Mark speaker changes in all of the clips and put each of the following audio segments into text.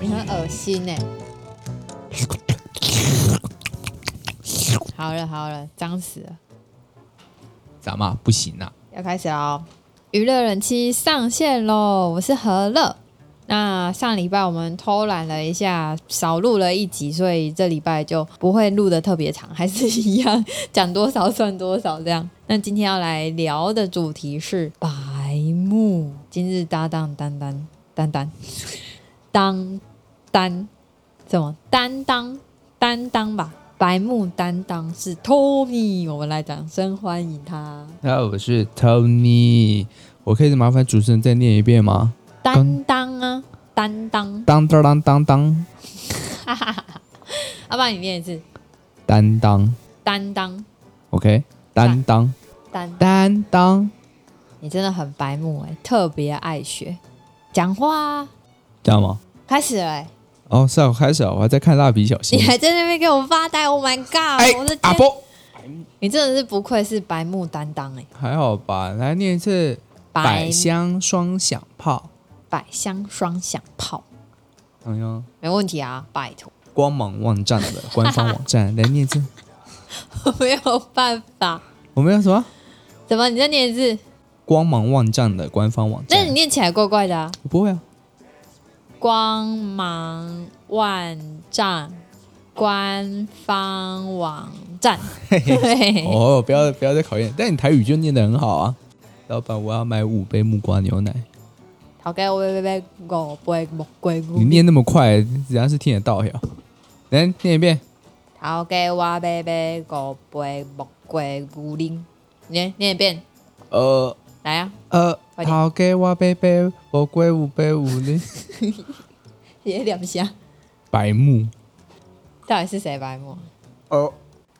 Speaker 1: 很恶心欸呢、好了好了，脏死了，
Speaker 2: 咱嘛不行啊，
Speaker 1: 要开始喽！娱乐人气上线喽！我是何乐。那上礼拜我们偷懒了一下，少录了一集，所以这礼拜就不会录的特别长，还是一样讲多少算多少这样。那今天要来聊的主题是白目，今日搭档丹丹丹丹当丹怎么担当担当吧？白目担当是 Tony，我们来掌声欢迎他。
Speaker 2: 大家好，我是 Tony，我可以麻烦主持人再念一遍吗？
Speaker 1: 担当啊，担当，
Speaker 2: 当当当当当，
Speaker 1: 啊要不然你念一次，
Speaker 2: 担当
Speaker 1: 担当，
Speaker 2: ，OK，担当，
Speaker 1: 担，
Speaker 2: 担当，
Speaker 1: 你真的很白目哎、特别爱学讲话、啊，
Speaker 2: 这样吗？
Speaker 1: 开始了、欸，
Speaker 2: 哦，是啊，我开始了，我还在看蜡笔小新
Speaker 1: 你。还在那边给我发呆，Oh my god！、
Speaker 2: 哎
Speaker 1: 我的，
Speaker 2: 阿
Speaker 1: 天，
Speaker 2: 波，
Speaker 1: 你真的是不愧是白目担当哎、
Speaker 2: 还好吧？来念一次，百香双响炮，
Speaker 1: 百香双响炮，
Speaker 2: 哎呀，
Speaker 1: 没问题啊，拜托，
Speaker 2: 光芒万丈的官方网站来念一次，
Speaker 1: 我没有办法，
Speaker 2: 我们要什么？
Speaker 1: 怎么你再念一次？
Speaker 2: 光芒万丈的官方网
Speaker 1: 但你
Speaker 2: 站，
Speaker 1: 念起来怪怪的啊，
Speaker 2: 我不会啊，
Speaker 1: 光芒万丈官方网站。
Speaker 2: 嘿嘿。
Speaker 1: 对，
Speaker 2: 哦，不要不要再考验，但你台语就念得很好啊。老板，我要买五杯木瓜牛奶。
Speaker 1: 头家喂喂喂，五杯木瓜
Speaker 2: 你
Speaker 1: 牛。
Speaker 2: 念那么快，人家是听得到呀。来念一遍，
Speaker 1: 头家我买买五杯木瓜牛奶。念念一遍，
Speaker 2: 呃
Speaker 1: 来啊！
Speaker 2: 呃，
Speaker 1: 快点
Speaker 2: 好给我杯杯，我归五杯五的
Speaker 1: 也两下，
Speaker 2: 白木。
Speaker 1: 到底是谁白目？
Speaker 2: 哦，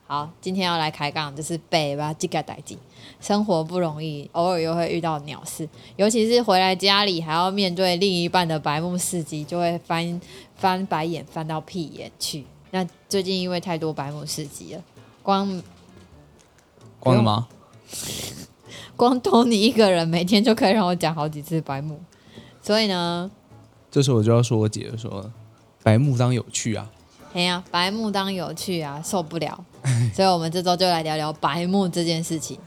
Speaker 1: 好，今天要来开杠，就是北吧，这个代际。生活不容易，偶尔又会遇到鸟事，尤其是回来家里还要面对另一半的白目事迹，就会翻翻白眼，翻到屁眼去。那最近因为太多白目事迹了，光
Speaker 2: 光了吗？
Speaker 1: 光偷你一个人，每天就可以让我讲好几次白目。所以呢，
Speaker 2: 这时候我就要说我姐说了，白木当有趣啊。
Speaker 1: 哎呀、白目当有趣啊，受不了。所以我们这周就来聊聊白目这件事情。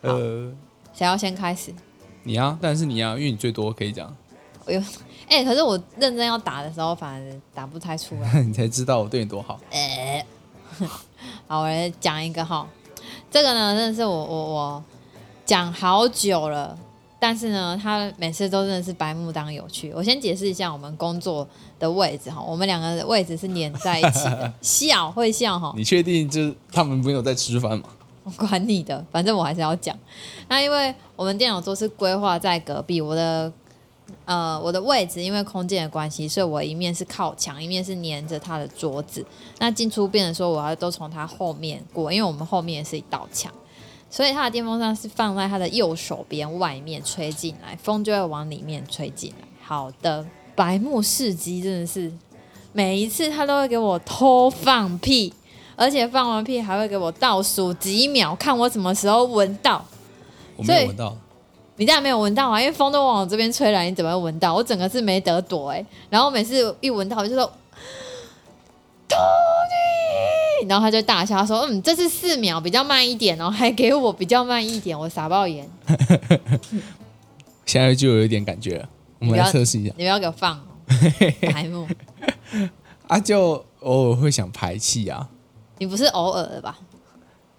Speaker 2: 呃，
Speaker 1: 谁要先开始？
Speaker 2: 你啊，但是你啊，因为你最多可以 讲，
Speaker 1: 我有，哎、可是我认真要打的时候，反而打不太出来。
Speaker 2: 你才知道我对你多好。
Speaker 1: 好，我来讲一个哈，这个呢，真的是我我我讲好久了，但是呢，他每次都真的是白目当有趣。我先解释一下我们工作的位置哈，我们两个的位置是连在一起的，笑会笑哈。
Speaker 2: 你确定就是他们没有在吃饭吗？
Speaker 1: 我 管你的，反正我还是要讲。那因为我们电脑桌是规划在隔壁，我的呃我的位置因为空间的关系，所以我一面是靠墙，一面是粘着他的桌子。那进出变的时候，我要都从他后面过，因为我们后面也是一道墙。所以他的电风扇是放在他的右手边外面吹进来，风就会往里面吹进来。好的，白目世机真的是每一次他都会给我偷放屁，而且放完屁还会给我倒数几秒，看我什么时候闻到。
Speaker 2: 我没
Speaker 1: 所以
Speaker 2: 有闻到。
Speaker 1: 你当然没有闻到啊，因为风都往我这边吹来，你怎么会闻到？我整个是没得躲哎、然后每次一闻到我就说 Tony，然后他就大笑他说：“嗯，这是四秒，比较慢一点哦，还给我比较慢一点，我傻爆眼，
Speaker 2: 现在就有一点感觉了，我
Speaker 1: 你
Speaker 2: 们
Speaker 1: 不
Speaker 2: 来
Speaker 1: 要
Speaker 2: 测试一下。
Speaker 1: 你不要给我放哦，白目，
Speaker 2: 啊，就偶尔会想排气啊，
Speaker 1: 你不是偶尔的吧？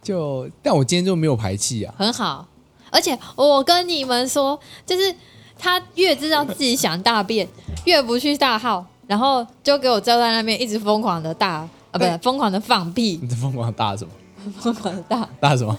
Speaker 2: 就但我今天就没有排气啊。
Speaker 1: 很好，而且我跟你们说，就是他越知道自己想大便，越不去大号，然后就给我坐在那边一直疯狂的大啊，不是
Speaker 2: 对
Speaker 1: 疯狂的放屁，
Speaker 2: 你在疯狂大什么？
Speaker 1: 疯狂的大。
Speaker 2: 大什么？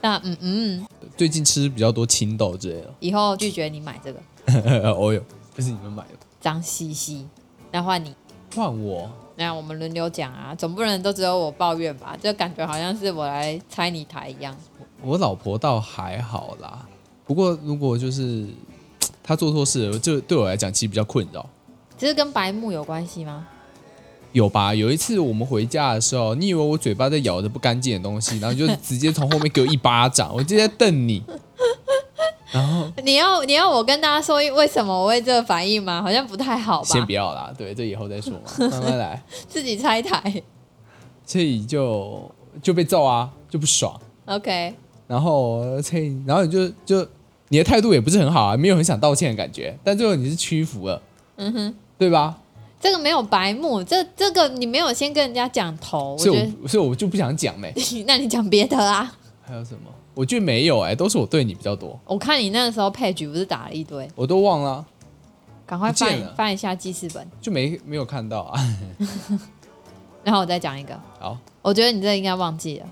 Speaker 1: 那嗯嗯，
Speaker 2: 最近吃比较多青豆之类
Speaker 1: 以后拒绝你买这个，
Speaker 2: 的。哦哟，不是你们买的，
Speaker 1: 脏兮兮。那换你，
Speaker 2: 换我。
Speaker 1: 那我们轮流讲啊，总不能都只有我抱怨吧？就感觉好像是我来拆你台一样。
Speaker 2: 我老婆倒还好啦，不过如果就是她做错事了，这对我来讲其实比较困扰。
Speaker 1: 这是跟白目有关系吗？
Speaker 2: 有吧？有一次我们回家的时候，你以为我嘴巴在咬着不干净的东西，然后你就直接从后面给我一巴掌，我直接瞪你。然后
Speaker 1: 你要你要我跟大家说为什么我会这个反应吗？好像不太好
Speaker 2: 先
Speaker 1: 吧
Speaker 2: 不，要啦，对，这以后再说嘛，慢慢来。
Speaker 1: 自己拆台。
Speaker 2: 所以就就被揍啊，就不爽，
Speaker 1: OK，
Speaker 2: 然后所以然后你就就你的态度也不是很好啊，没有很想道歉的感觉，但最后你是屈服了，
Speaker 1: 嗯哼，
Speaker 2: 对吧？
Speaker 1: 这个没有白目，这这个你没有先跟人家讲头，哦我
Speaker 2: 所
Speaker 1: 觉
Speaker 2: 以
Speaker 1: 得
Speaker 2: 我所以我就不想讲呗、
Speaker 1: 那你讲别的啊。
Speaker 2: 还有什么？我觉得没有哎、都是我对你比较多，
Speaker 1: 我看你那个时候配局不是打了一堆，
Speaker 2: 我都忘了啊，
Speaker 1: 赶快
Speaker 2: 不见
Speaker 1: 翻
Speaker 2: 了
Speaker 1: 翻一下记事本，
Speaker 2: 就没没有看到啊。
Speaker 1: 然后我再讲一个。
Speaker 2: 好，
Speaker 1: 我觉得你这应该忘记了，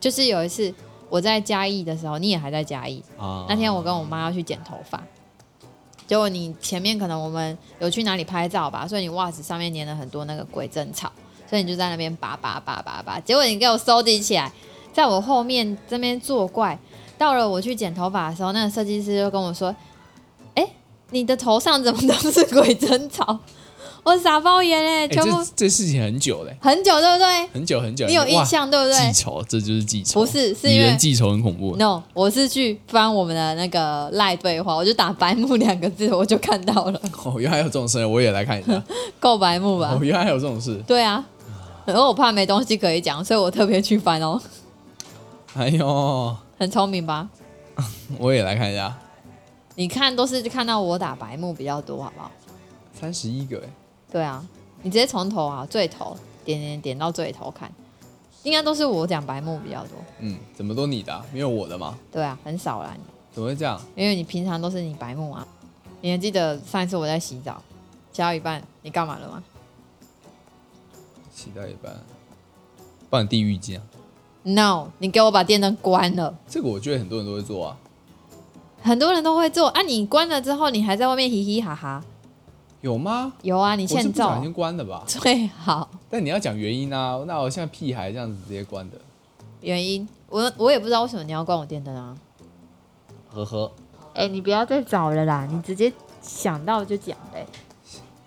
Speaker 1: 就是有一次我在嘉义的时候，你也还在嘉义。
Speaker 2: 啊
Speaker 1: 那天我跟我妈要去剪头发，结果你前面可能我们有去哪里拍照吧，所以你袜子上面粘了很多那个鬼针草，所以你就在那边拔拔拔拔拔，结果你给我收集起来，在我后面这边作怪。到了我去剪头发的时候，那个设计师就跟我说：“哎、你的头上怎么都是鬼针草？”我傻爆眼嘞、
Speaker 2: 哎、
Speaker 1: 全部
Speaker 2: 这这事情很久嘞、
Speaker 1: 很久，对不对？
Speaker 2: 很久很久，
Speaker 1: 你有印
Speaker 2: 哇？
Speaker 1: 象对不对？
Speaker 2: 记仇，这就是记仇，
Speaker 1: 不是是
Speaker 2: 女
Speaker 1: 因为
Speaker 2: 人记仇很恐怖。
Speaker 1: No，我是去翻我们的那个赖对话，我就打“白目”两个字，我就看到了，
Speaker 2: 哦，原来还有这种事，我也来 看一下。
Speaker 1: 够白目吧
Speaker 2: 哦，？原来还有这种事。
Speaker 1: 对啊，然后我怕没东西可以讲，所以我特别去翻哦，
Speaker 2: 哎呦，
Speaker 1: 很聪明吧？
Speaker 2: 我也来看一下，
Speaker 1: 你看都是看到我打白目比较多，好不好？
Speaker 2: 三十一个哎，
Speaker 1: 对啊，你直接从头啊，最头点点点到最头看，应该都是我讲白目比较多。
Speaker 2: 嗯，怎么都你的啊、没有我的吗？
Speaker 1: 对啊，很少啦，
Speaker 2: 怎么会这样？
Speaker 1: 因为你平常都是你白目啊。你还记得上一次我在洗澡，洗到一半你干嘛了吗？
Speaker 2: 期待一半，不然地狱见。
Speaker 1: No，你给我把电灯关了。
Speaker 2: 这个我觉得很多人都会做啊，
Speaker 1: 很多人都会做啊。你关了之后，你还在外面嘻嘻哈哈，
Speaker 2: 有吗？
Speaker 1: 有啊，你
Speaker 2: 我是
Speaker 1: 欠
Speaker 2: 不小
Speaker 1: 揍
Speaker 2: 心关的吧？
Speaker 1: 最好
Speaker 2: 但你要讲原因啊，那我像屁孩这样子直接关的，
Speaker 1: 原因。我我也不知道为什么你要关我电灯啊。
Speaker 2: 呵呵。
Speaker 1: 哎、你不要再找了啦，你直接想到就讲呗、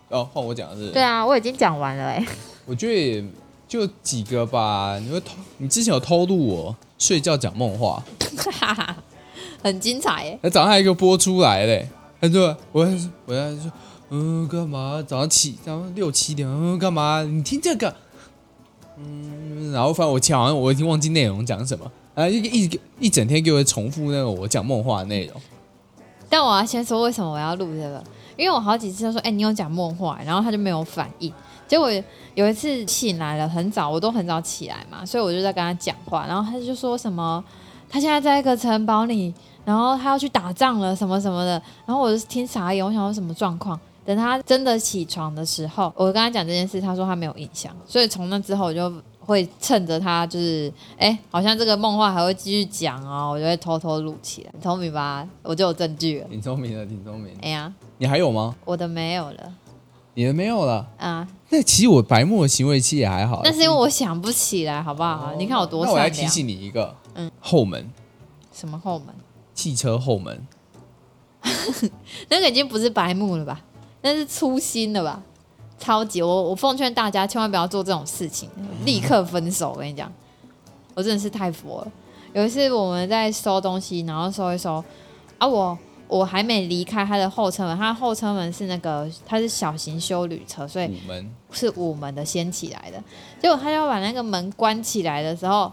Speaker 2: 哦，换我讲的是，
Speaker 1: 对啊，我已经讲完了哎、
Speaker 2: 我觉得也就几个吧。你会偷，你之前有偷录我睡觉讲梦话，
Speaker 1: 哈哈， 很精彩哎、
Speaker 2: 那早上还有一个播出来嘞，他说我在我在说，嗯，干嘛？早上七，早上六七点，嗯，干嘛？你听这个，嗯，然后反正我讲完，我已经忘记内容讲什么，啊，一一一整天给我重复那个我讲梦话的内容，
Speaker 1: 但我要先说为什么我要录这个，因为我好几次都说，哎、你有讲梦话，然后他就没有反应。结果有一次醒来了很早，我都很早起来嘛，所以我就在跟他讲话，然后他就说什么，他现在在一个城堡里，然后他要去打仗了什么什么的，然后我就听傻眼，我想说什么状况。等他真的起床的时候，我跟他讲这件事，他说他没有印象，所以从那之后我就会趁着他就是哎、好像这个梦话还会继续讲哦，我就会偷偷录起来，你聪明吧？我就有证据了。
Speaker 2: 挺聪明的，挺聪明的。
Speaker 1: 哎呀，
Speaker 2: 你还有吗？
Speaker 1: 我的没有了
Speaker 2: 你的没有了。
Speaker 1: 啊，
Speaker 2: 那其实我白目的行为其实也还好，
Speaker 1: 那是因为我想不起来，好不好？你看我多
Speaker 2: 那我来
Speaker 1: 善
Speaker 2: 提
Speaker 1: 良。
Speaker 2: 醒你一个，
Speaker 1: 嗯
Speaker 2: 后门，
Speaker 1: 什么后门？
Speaker 2: 汽车后门，
Speaker 1: 那个已经不是白目了吧？那是粗心了吧？超级！我我奉劝大家千万不要做这种事情，立刻分手。我跟你讲，我真的是太佛了。有一次我们在收东西，然后收一收啊我，我还没离开它的后车门，它的后车门是那个它是小型修旅车，所以
Speaker 2: 午门，
Speaker 1: 是午门的先起来的，结果他要把那个门关起来的时候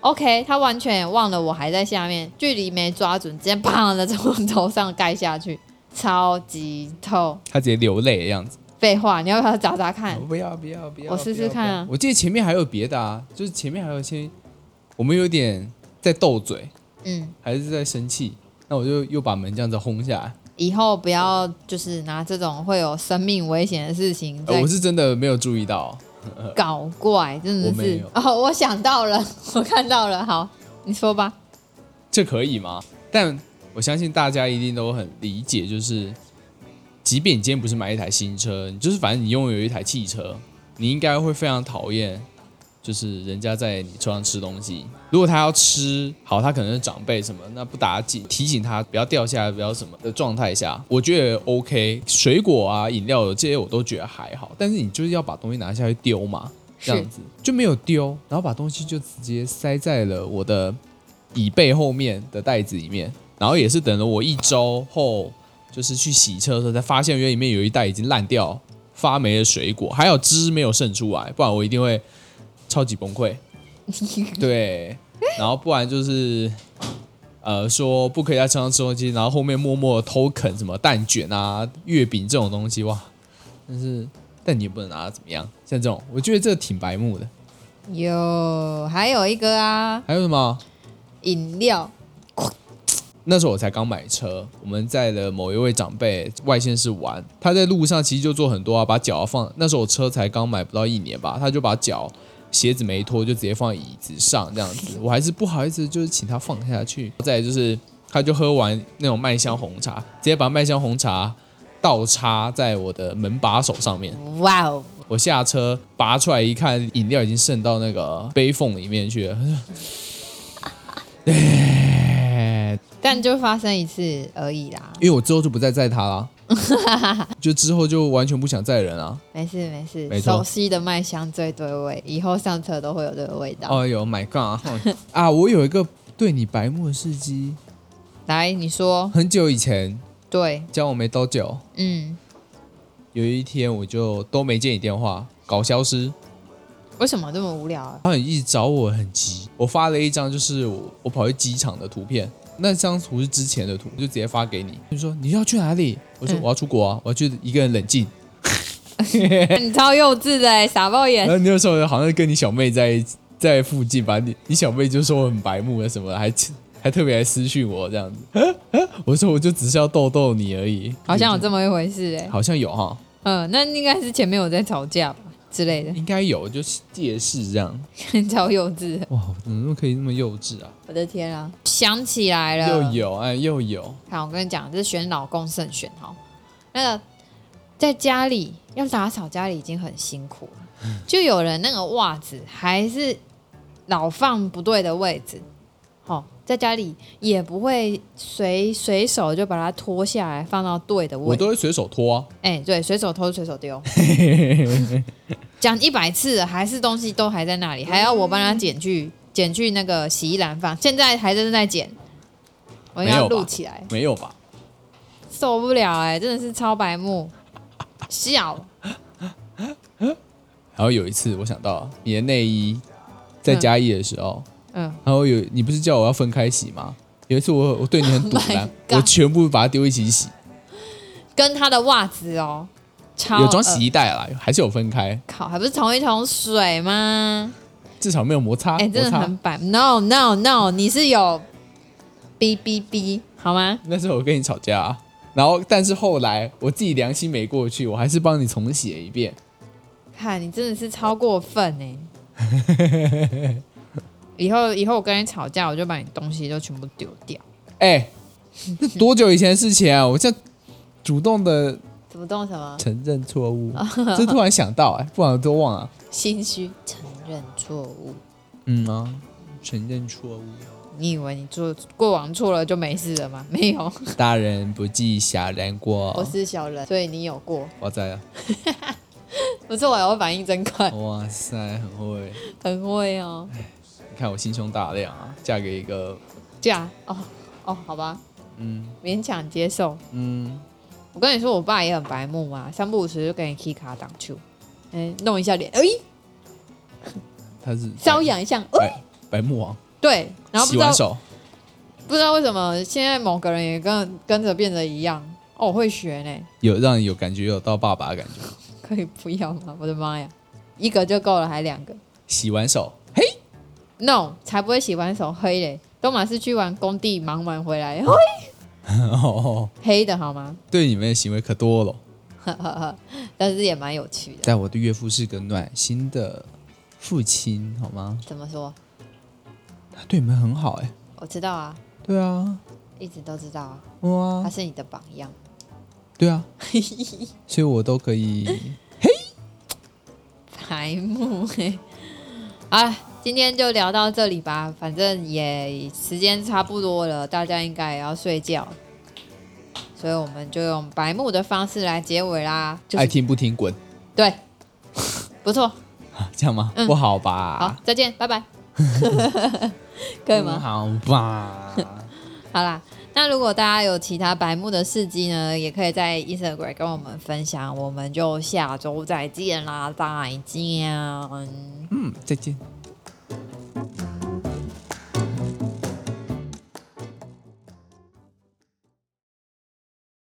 Speaker 1: ，OK，他完全也忘了我还在下面，距离没抓准，直接砰的从我头上盖下去，超级痛。
Speaker 2: 他直接流泪的样子。
Speaker 1: 废话，你要不要找找看？
Speaker 2: 哦不要不要不要，
Speaker 1: 我试试
Speaker 2: 不要
Speaker 1: 看啊
Speaker 2: 不要我记得前面还有别的啊，就是前面还有一些，我们有点在斗嘴，
Speaker 1: 嗯，
Speaker 2: 还是在生气，那我就又把门这样子轰下来。
Speaker 1: 以后不要就是拿这种会有生命危险的事情
Speaker 2: 呃
Speaker 1: 在
Speaker 2: 我是真的没有注意到，
Speaker 1: 搞怪，真的
Speaker 2: 我没
Speaker 1: 是
Speaker 2: 有
Speaker 1: 哦，我想到了， 我看到了，好，你说吧。
Speaker 2: 这可以吗？但我相信大家一定都很理解，就是即便你今天不是买一台新车，你就是反正你拥有一台汽车，你应该会非常讨厌。就是人家在你车上吃东西，如果他要吃好，他可能是长辈什么，那不打紧，提醒他不要掉下来，不要什么的状态下，我觉得 OK。水果啊、饮料这些我都觉得还好，但是你就是要把东西拿下去丢嘛，
Speaker 1: 是
Speaker 2: 这样子就没有丢，然后把东西就直接塞在了我的椅背后面的袋子里面，然后也是等了我一周后，就是去洗车的时候才发现，原来里面有一袋已经烂掉、发霉的水果，还有汁没有渗出来，不然我一定会超级崩溃。对，然后不然就是呃说不可以在车上吃东西，然后后面默默地偷啃什么蛋卷啊、月饼这种东西，哇！但是但你也不能拿它怎么样，像这种，我觉得这个挺白目的。
Speaker 1: 有，还有一个啊，
Speaker 2: 还有什么？
Speaker 1: 饮料，
Speaker 2: 那时候我才刚买车，我们在的某一位长辈外县市玩，他在路上其实就做很多啊，把脚放那时候我车才刚买不到一年吧，他就把脚鞋子没脱就直接放在椅子上这样子，我还是不好意思，就是请他放下去。再来就是他就喝完那种麦香红茶，直接把麦香红茶倒插在我的门把手上面，
Speaker 1: 哇哦，
Speaker 2: 我下车拔出来一看，饮料已经渗到那个杯缝里面去了。 哎
Speaker 1: 但就发生一次而已啦，
Speaker 2: 因为我之后就不再载他啦，就之后就完全不想载人啊。
Speaker 1: 没事没事，
Speaker 2: 没错
Speaker 1: 熟悉的麦香最对味，以后上车都会有这个味道。
Speaker 2: 哎呦 my god！啊， 我有一个对你白目的事迹，
Speaker 1: 来，你说，
Speaker 2: 很久以前
Speaker 1: 对，
Speaker 2: 交往没多久，
Speaker 1: 嗯，
Speaker 2: 有一天我就都没接你电话，搞消失。
Speaker 1: 为什么这么无聊 啊？
Speaker 2: 他很一直找我，很急。我发了一张就是我我跑去机场的图片，那张图是之前的图，就直接发给你。你说你要去哪里？我说
Speaker 1: 嗯
Speaker 2: 我要出国啊，我要去一个人冷静。
Speaker 1: 你超幼稚的欸，傻爆眼
Speaker 2: 然。后那时候好像跟你小妹在在附近吧，你你小妹就说我很白目啊什么的，还还特别来私讯我这样子。 我说我就只是要逗逗你而已，
Speaker 1: 好像有这么一回事哎、
Speaker 2: 好像有哈，
Speaker 1: 嗯，那应该是前面有在吵架吧之类的，
Speaker 2: 应该有，就是借势这样。
Speaker 1: 超幼稚的，
Speaker 2: 哇，我怎么可以那么幼稚啊？
Speaker 1: 我的天啊！想起来了，
Speaker 2: 又有哎，又有，
Speaker 1: 好，我跟你讲，这选老公慎选哈。那个在家里要打扫家里已经很辛苦了，就有人那个袜子还是老放不对的位置，好、在家里也不会随随手就把它脱下来放到对的
Speaker 2: 我
Speaker 1: 位置。
Speaker 2: 都会随手脱、啊。
Speaker 1: 哎、对，随手偷随手 丢，讲一百次了，还是东西都还在那里，还要我帮他捡去捡去那个洗衣篮放，现在还正在捡，我应该
Speaker 2: 没有
Speaker 1: 要
Speaker 2: 吧
Speaker 1: 录起来。
Speaker 2: 没有吧？
Speaker 1: 受不了哎、真的是超白目，笑
Speaker 2: 然后有一次我想到你的内衣在嘉义的时候，
Speaker 1: 嗯，
Speaker 2: 然后有你不是叫我要分开洗吗？有一次我我对你很
Speaker 1: Oh
Speaker 2: 堵
Speaker 1: my
Speaker 2: 然，
Speaker 1: God
Speaker 2: 我全部把它丢一起洗，
Speaker 1: 跟他的袜子哦，超
Speaker 2: 有装洗
Speaker 1: 呃
Speaker 2: 衣袋啦，还是有分开，
Speaker 1: 靠，还不是同一桶水吗？
Speaker 2: 至少没有摩擦。
Speaker 1: 哎、真的
Speaker 2: 摩擦
Speaker 1: 很白，no no no，你是有哔哔哔好吗？
Speaker 2: 那时候我跟你吵架、啊，然后但是后来我自己良心没过去，我还是帮你重写一遍。
Speaker 1: 看你真的是超过分哎、 以后以后我跟你吵架，我就把你东西都全部丢掉，
Speaker 2: 哎、这多久以前的事情啊？我现在主动的
Speaker 1: 主动什么
Speaker 2: 承认 错误，这突然想到、哎，不然我都忘了。
Speaker 1: 心虚，承认错误。
Speaker 2: 嗯啊，承认错误，
Speaker 1: 你以为你做过往错了就没事了吗？没有。
Speaker 2: 大人不计小人
Speaker 1: 我
Speaker 2: 过。
Speaker 1: 是小人，所以你有过。
Speaker 2: 哇塞啊，
Speaker 1: 不是我，我反应真快，
Speaker 2: 哇塞，很会！
Speaker 1: 很会哦。
Speaker 2: 你看我心胸大量啊，嫁给一个
Speaker 1: 这样哦哦，好吧，
Speaker 2: 嗯
Speaker 1: 勉强接受。
Speaker 2: 嗯，
Speaker 1: 我跟你说，我爸也很白目嘛，三不五时就给你 K 卡挡球，哎，弄一下脸，哎，
Speaker 2: 他是
Speaker 1: 瘙痒一下，哦，
Speaker 2: 白白目王，
Speaker 1: 对，然后不
Speaker 2: 洗
Speaker 1: 知
Speaker 2: 完
Speaker 1: 道
Speaker 2: 手
Speaker 1: 不知道为什么现在某个人也跟跟着变得一样。哦，我会学呢，
Speaker 2: 有让你有感觉有到爸爸的感觉。
Speaker 1: 可以不要吗？我的妈呀，一个就够了，还两个
Speaker 2: 洗完手， 嘿，
Speaker 1: ？No，才不会洗完手黑嘞，都满是去完工地忙完回来，
Speaker 2: 哦，
Speaker 1: 黑的好吗？
Speaker 2: 对你们的行为可多了。
Speaker 1: 呵呵呵，但是也蛮有趣的。
Speaker 2: 但我的岳父是个暖心的父亲，好吗？
Speaker 1: 怎么说？
Speaker 2: 他对你们很好、哎，
Speaker 1: 我知道啊，
Speaker 2: 对啊，
Speaker 1: 一直都知道啊，他
Speaker 2: 哇，
Speaker 1: 是你的榜样。
Speaker 2: 对啊，所以我都 可以。
Speaker 1: 白目哎、欸，啊，今天就聊到这里吧，反正也时间差不多了，大家应该也要睡觉，所以我们就用白目的方式来结尾啦。就
Speaker 2: 爱
Speaker 1: 是
Speaker 2: 听不听滚，啊
Speaker 1: 对，不错，
Speaker 2: 这样吗？
Speaker 1: 嗯
Speaker 2: 不好吧？
Speaker 1: 好，再 见，拜拜，可以
Speaker 2: 不
Speaker 1: 吗？
Speaker 2: 好吧。
Speaker 1: 好啦，那如果大家有其他白目的事迹呢，也可以在 Instagram 跟我们分享。我们就下周再见啦，再见。
Speaker 2: 嗯，再见。